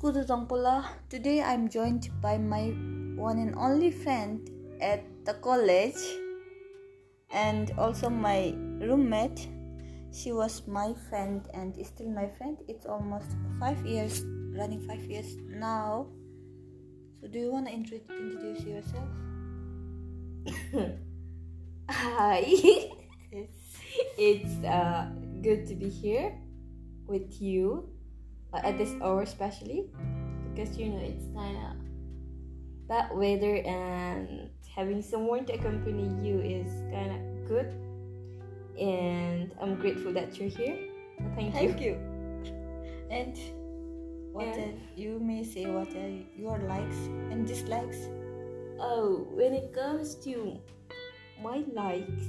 Dudong Pula. Today I'm joined by my one and only friend at the college and also my roommate. She was my friend and is still my friend. It's almost five years, running five years now. So do you want to introduce yourself? Hi, Yes. it's uh, good to be here with you uh, at this hour, especially because you know it's kind of bad weather, and having someone to accompany you is kind of good. And I'm grateful that you're here. Thank, you. And what Yeah. are- you may say what are your likes and dislikes? Oh, when it comes to my likes,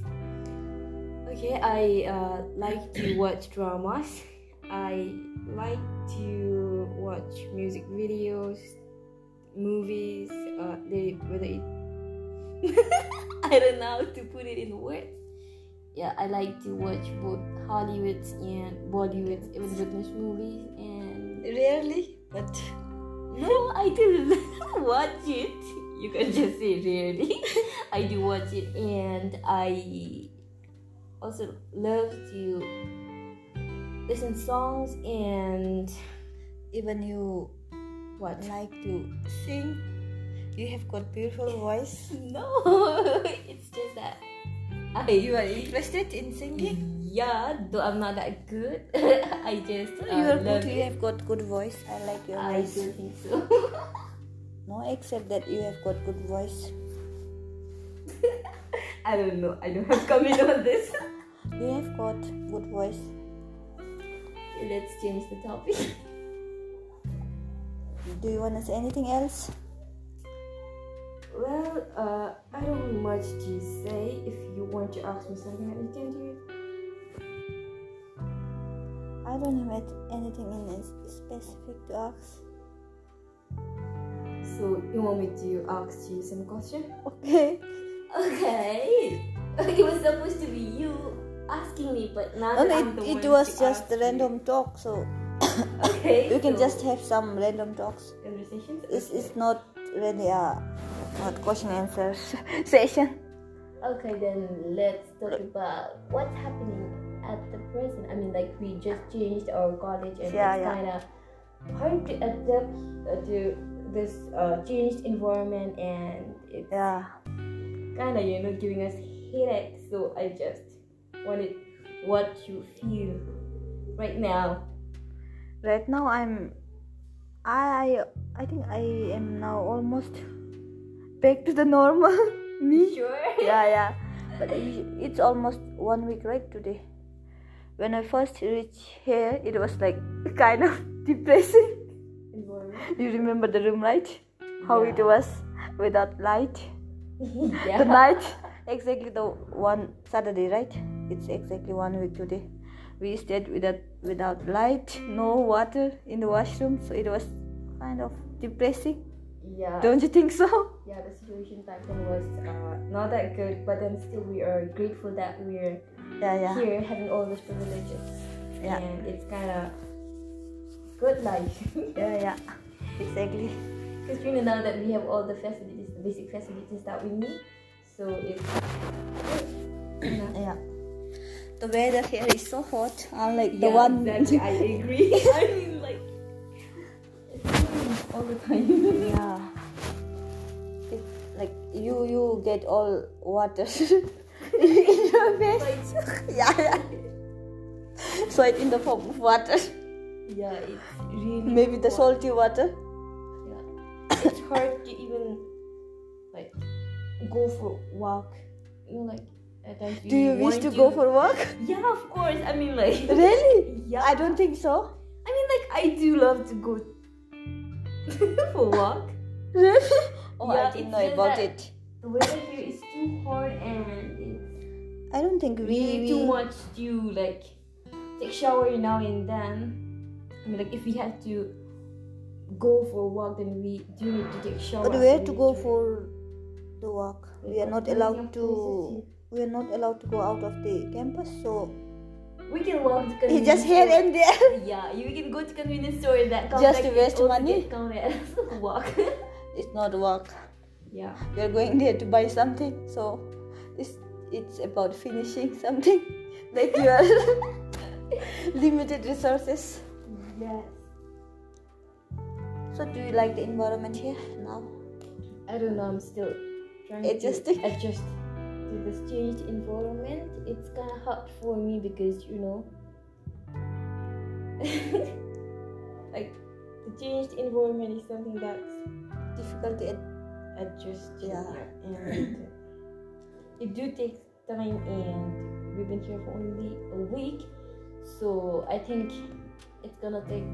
okay, I uh, like to watch dramas. I like to watch music videos, movies. Uh, they, whether it, I don't know how to put it in words. Yeah, I like to watch both Hollywoods and Bollywoods, even British movies. And Rarely, but no, I do watch it. You can just say really. I do watch it, and I also love to listen songs and even you what? like to sing. You have got beautiful voice. No, it's just that I You are interested in singing. yeah, though I'm not that good. I just uh, you are love good. You it. have got good voice. I like your I voice. don't think so. No, except that you have got good voice. I don't know. I don't have comment on this. You have got good voice. Let's change the topic. Do you want to say anything else? Well, uh, I don't much to say. If you want to ask me something, you can do it. I don't have it- anything in it specific to ask. So you want me to ask you some question? Okay. Okay. it was supposed to be you asking me, but now Oh, No, that I'm no, the it, it one was to just ask you. random talk, so Okay. you can so just have some random talks. conversations. It's, it's not really a not question answer session. Okay, then let's talk about what's happening at the present. I mean, like we just changed our college, and Yeah, it's yeah. kind of hard to adapt uh, to this uh, changed environment, and it's Yeah. kind of you know giving us headaches. So I just wanted what you feel right now. Right now I'm I I think I am now almost back to the normal me. Sure. yeah, yeah. But it- it's almost one week right today. When I first reached here, it was like kind of depressing. Environment. You remember the room, right? How it Yeah. was without light. yeah. The night, exactly the one Saturday, right? It's exactly one week today. We stayed without without light, no water in the washroom, so it was kind of depressing. Yeah. Don't you think so? yeah, the situation back then was uh, not that good, but then still we are grateful that we're Yeah, yeah, here having all those privileges. Yeah. And it's kind of good life. yeah, yeah. Exactly. Because you know now that we have all the facilities, the basic facilities that we need, so it's Yeah. The weather here is so hot, unlike the Yeah, one. exactly, I agree. I mean, like it's raining all the time. Yeah. It, like you, you get all water in your face. yeah, yeah. So it in the form of water. yeah, it's really Maybe the hot. salty water. Yeah. it's hard to even like go for walk. You know, like at times Do you wish want to go for work? Yeah, of course. I mean, like Really? yeah. I don't think so. I mean, like I do love to go for walk. Really? Oh, Yeah, I it's didn't know just about that- it. The weather here is too hard and I don't think it's we. really we too much to like take shower now and then. I mean, like if we have to go for walk, then we do need to take shower. but where after to we go do it. for the work? We've We are got not plenty allowed of to. places We are not allowed to go out of the campus. So, we can walk to He convenience just here store. and there. Yeah, you can go to convenience store and that comes Just back to waste also money? get counted as walk. It's not work. yeah. We are going there to buy something, so it's it's about finishing something that you are limited resources. Yes. So do you like the environment here now? I don't know, I'm still trying Adjusting. to adjust to this changed environment. It's kind of hard for me because, you know, like the changed environment is something that's Difficult to adjust to Yeah. and it do take time and we've been here for only a week so i think it's gonna take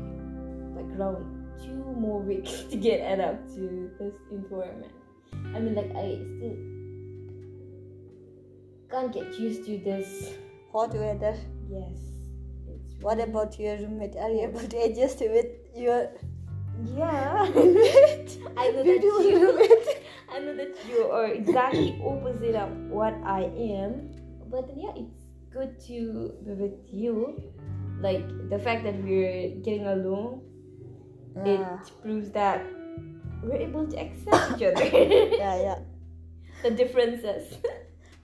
like around two more weeks to get adapt to this environment i mean like i still can't get used to this hot weather. yes it's What about your roommate? Are you able to adjust with your yeah roommate? i know that Beautiful you roommate. I know that you are exactly opposite of what I am, but then, yeah, it's good to be with you. Like the fact that we're getting along, Yeah, it proves that we're able to accept each other, yeah, yeah. the differences.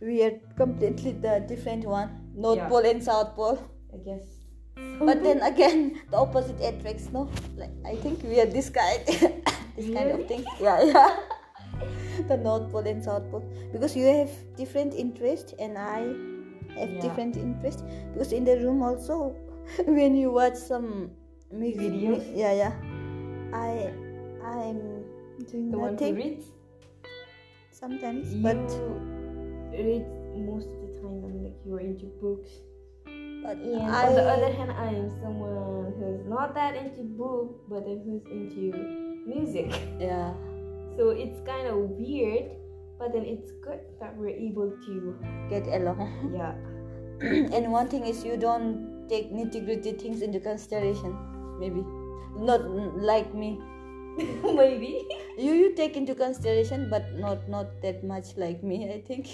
We are completely the different one. North Yeah. Pole and South Pole. I guess. But then again, the opposite attracts, no? Like I think we are this kind, this kind of thing. Yeah, yeah. the North Pole and South Pole, because you have different interest and I have Yeah. different interest. Because in the room also, when you watch some music, Videos? yeah, yeah, I, I'm doing the one who nothing reads, sometimes, you but read most of the time. I'm like you're into books. but And I, on the other hand, I am someone who's not that into book, but then who's into music. yeah, So it's kind of weird, but then it's good that we're able to, get along. yeah, and one thing is you don't take nitty gritty things into consideration, maybe. Not mm, like me. maybe. You you take into consideration, but not not that much like me. I think.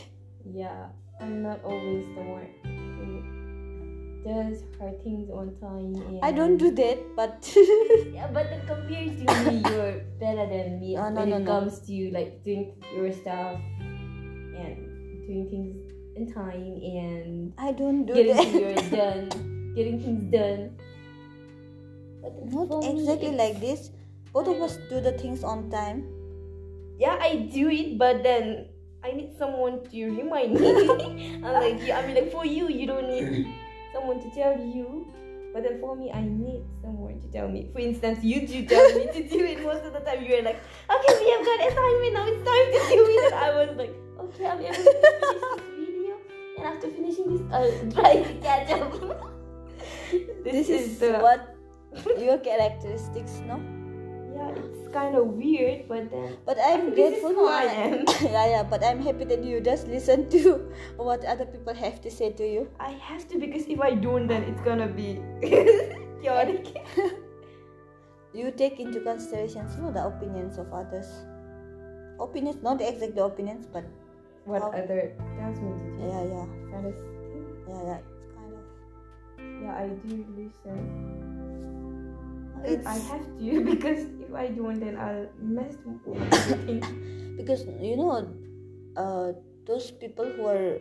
Yeah, I'm not always the one who does her things on time. And I don't do that, but Yeah, but then compared to me, you're better than me Oh, no, when no, no. it comes to like doing your stuff and doing things in time and I don't do getting that. things you're done, getting things done. But Not for me, exactly it's- like this. Both of us do the things on time. yeah, I do it, but then I need someone to remind me. I'm like, yeah, I mean, like for you, you don't need someone to tell you, but then for me, I need someone to tell me. For instance, you do tell me to do it most of the time. You're like, okay, we have got assignment now. It's time to do it. And I was like, okay, I'm able to finish this video, and after finishing this, I'll try to catch up. This, is, what your characteristics, no? Yeah, it's kind of weird, but then But I'm This is grateful who for I am. yeah, yeah. But I'm happy that you just listen to what other people have to say to you. I have to because if I don't, then it's gonna be chaotic. you take into consideration some of the opinions of others. Opinions, not exact opinions, but What How- other tells me to do? yeah, yeah, That is, yeah, yeah. It's kind of yeah, I do listen. It's- I have to because if I don't, then I'll mess up everything. because you know, uh, those people who are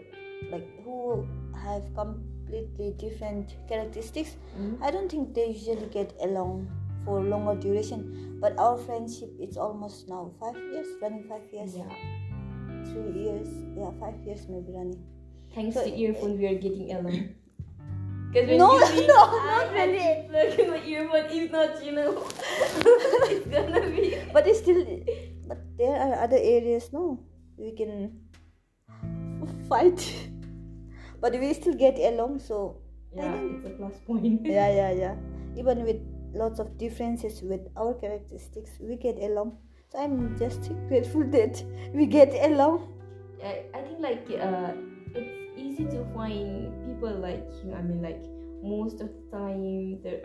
like who have completely different characteristics. I don't think they usually get along for longer duration. But our friendship, it's almost now five years, running five years, Yeah. three years, yeah, five years maybe running. Thanks So- to earphone, we are getting along. Because when No, you see, no, I not have really. to plug in my earphone. If not, you know, it's gonna be. but it's still but there are other areas no we can fight but we still get along so Yeah, it's a plus point. yeah yeah yeah even with lots of differences with our characteristics we get along so i'm just grateful that we get along I, I think like uh, it's easy to find people like you. I mean, like most of the time, the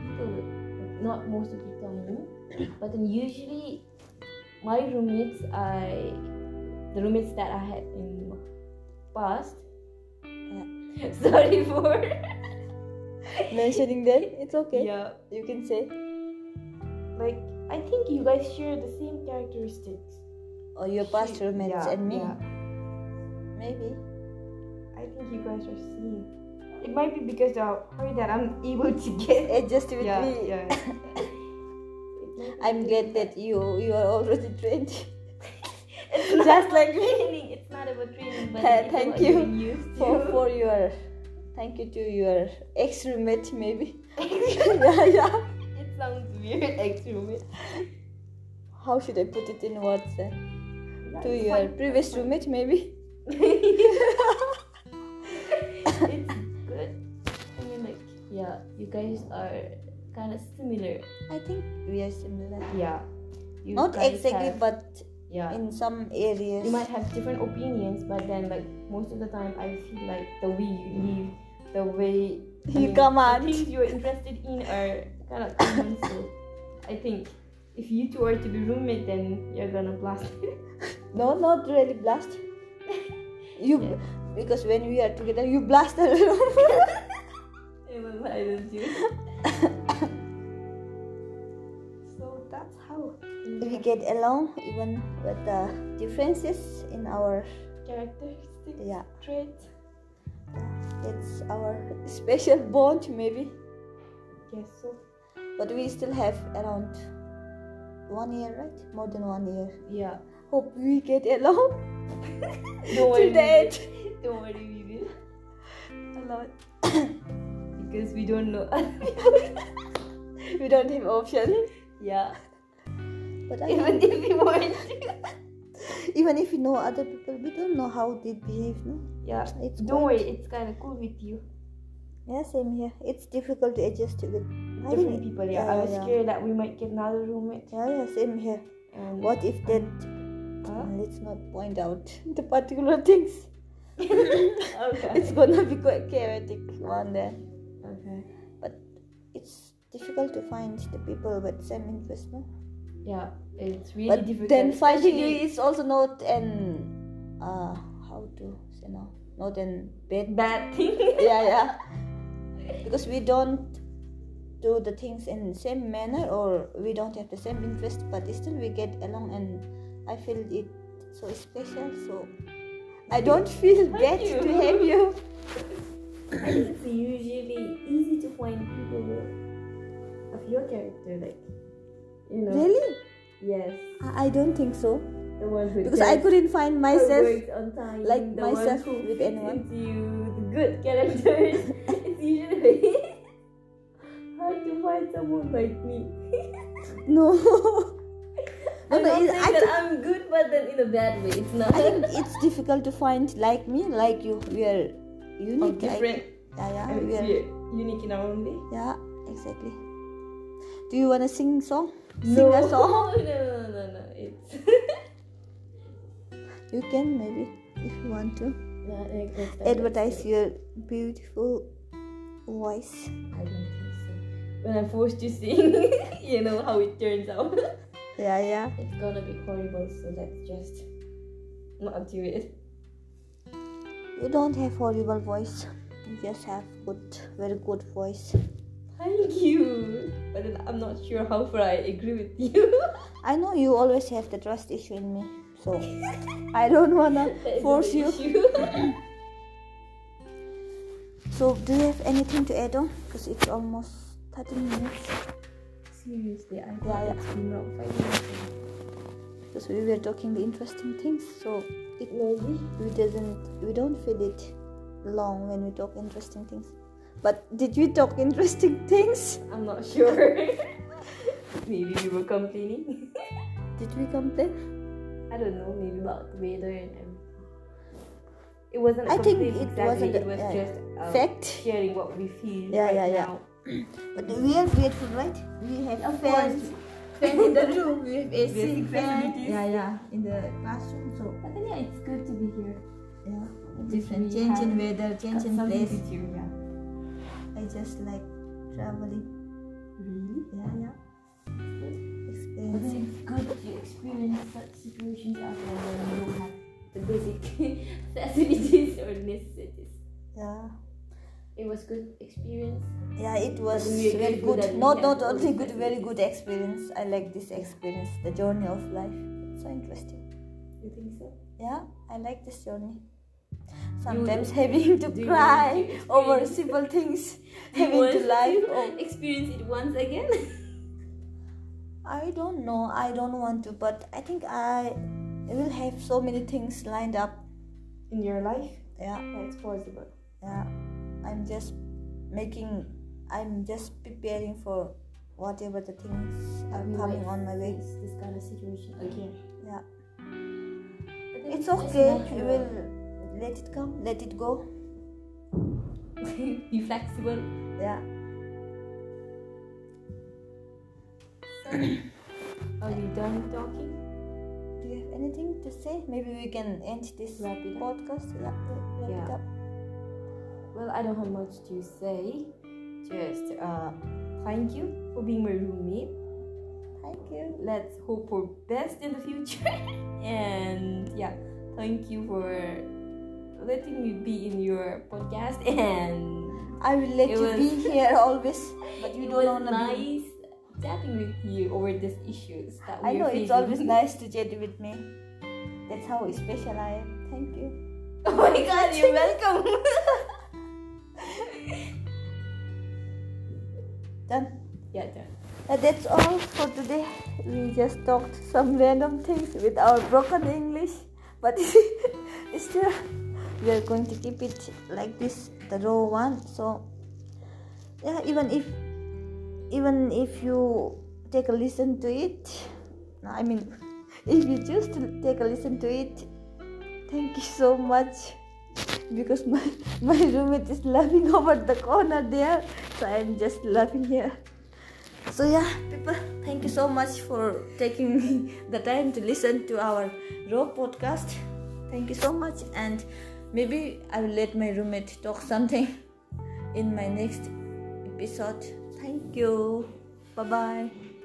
people like, not most of the time, but then usually my roommates, I the roommates that I had in past, Yeah. Sorry for. mentioning them. It's okay. Yeah. You can say. Like I think you guys share the same characteristics. Or "Oh, your past She- roommates yeah, and me. yeah. Maybe. I think you guys are seeing. It might be because of her that I'm able to get. Adjust with yeah, me. yeah. I'm glad that you you are already trained. It's not Just about like me. training. It's not about training, but Uh, it's thank what you you're used to. for for your thank you to your ex roommate maybe. yeah, yeah. it sounds weird, actually. How should I put it in words? eh? To It's your fine. previous roommate maybe. it's good. I mean, like, yeah, you guys are kind of similar. I think we are similar. Yeah. You Not guys exactly, have- but yeah. in some areas. you might have different opinions, but then like most of the time, I feel like the way you live, the way I You come the out. things you're interested in are kind of common. so I think if you two are to be roommate, then you're gonna blast. No, not really blast. You Yeah. because when we are together, you blast the room. it was I don't do. so that's how we get along even with the differences in our characteristics, yeah. traits. It's our special bond maybe, Yes, so but we still have around one year, right? More than one year. yeah. Hope we get along Don't to worry. date. Don't worry, we will. A lot. Because we don't know. We don't have option. yeah. But I Even even, if we want to. even if we know other people, we don't know how they behave. No, Yeah. it's Don't quite- worry, it's kind of cool with you. Yeah, same here. It's difficult to adjust with I Different didn't- people, yeah. I was yeah. scared that we might get another roommate. Yeah, yeah, same here. And What if that? uh, Huh? Let's not point out the particular things. okay. It's gonna be quite chaotic one day. okay. It's difficult to find the people with same interest, no? Yeah, it's really but difficult. then finding especially- you is also not an uh how to say now not an bad. bad thing. yeah, yeah. Because we don't do the things in same manner or we don't have the same interest, but still we get along and I feel it so special. So I don't feel bad you. to have you. I think it's usually easy to find people of your character, like you know. Really? Yes, I I don't think so. the one who Because I does couldn't find myself. works on time, like the myself one who with fits anyone. into the good characters. it's usually hard to find someone like me. No. no, I'm no, not it, saying I, that think, I'm good, but then in a bad way. It's not. I think it's difficult to find like me, like you. We are Or unique. I- different. yeah, yeah, and we it's are- weird. unique in our own way. Yeah, exactly. Do you wanna sing song? no. Sing a song? No, no, no, no, no. It's. You can maybe if you want to. no, it- it's not Advertise good. your beautiful voice. I don't think so. When I'm forced to sing, you know how it turns out. Yeah, yeah. It's gonna be horrible, so let's just not do it. You don't have horrible voice. You just have good, very good voice. Thank you. But then I'm not sure how far I agree with you. I know you always have the trust issue in me, so I don't wanna That is force the you. issue. So, do you have anything to add on? Because it's almost 30 minutes. Seriously, I Yeah, thought yeah. it's been around five minutes. Because we were talking the interesting things, so it Maybe. we doesn't we don't feel it long when we talk interesting things. But did we talk interesting things? I'm not sure. maybe we were complaining. Did we complain? I don't know, maybe about the weather and everything. It wasn't. a I think complaint it exactly. wasn't a- It was yeah, yeah. just um, Fact. sharing what we feel. Yeah, right yeah, yeah. Now. But we are grateful, right? We have Of fans. Fan in the room. We have AC Basic fan. facilities. Yeah, yeah. In the classroom, so But then, yeah, it's good to be here. yeah. We Different change in have weather, change in Something place. to do, yeah. I just like traveling. Really? Yeah, yeah. But then Experiencing. it's good to experience such situations out there where you don't have the basic facilities or necessities. Yeah. It was good experience. Yeah, it was we agreed very with good. that we Not had not to only do good, that. very good experience. I like this experience, the journey of life. It's so interesting. You think so? Yeah, I like this journey. Sometimes having to cry experience- over simple things, Do you having to want laugh. Oh, experience it once again. I don't know. I don't want to, but I think I will have so many things lined up. In your life, Yeah, that's possible. yeah. I'm just making. I'm just preparing for whatever the things are We coming might on my way. face This kind of situation again. Yeah. But that's It's just okay. We natural. will let it come, let it go. be flexible. Yeah. Are we done talking? Do you have anything to say? Maybe we can end this Wrap it up. podcast. Yeah. wrap- Wrap it Yeah. up. Well, I don't have much to say. Just uh, thank you for being my roommate. Thank you. Let's hope for best in the future. and yeah, thank you for letting me be in your podcast. And I will let It you was- be here always, but you it don't wanna was be. nice chatting with you over these issues that we I are know it's facing. always nice to chat with me. That's how special I am. Thank you. oh my god, you're welcome. Done. yeah, done. Uh, that's all for today. We just talked some random things with our broken English, but still, we are going to keep it like this, the raw one. So, yeah, even if even if you take a listen to it, no, I mean, if you choose to take a listen to it, thank you so much because my my roommate is laughing over the corner there, so I'm just laughing here. So yeah, people, thank you so much for taking the time to listen to our raw podcast. Thank you so much, and maybe I will let my roommate talk something in my next episode. Thank you. Bye bye.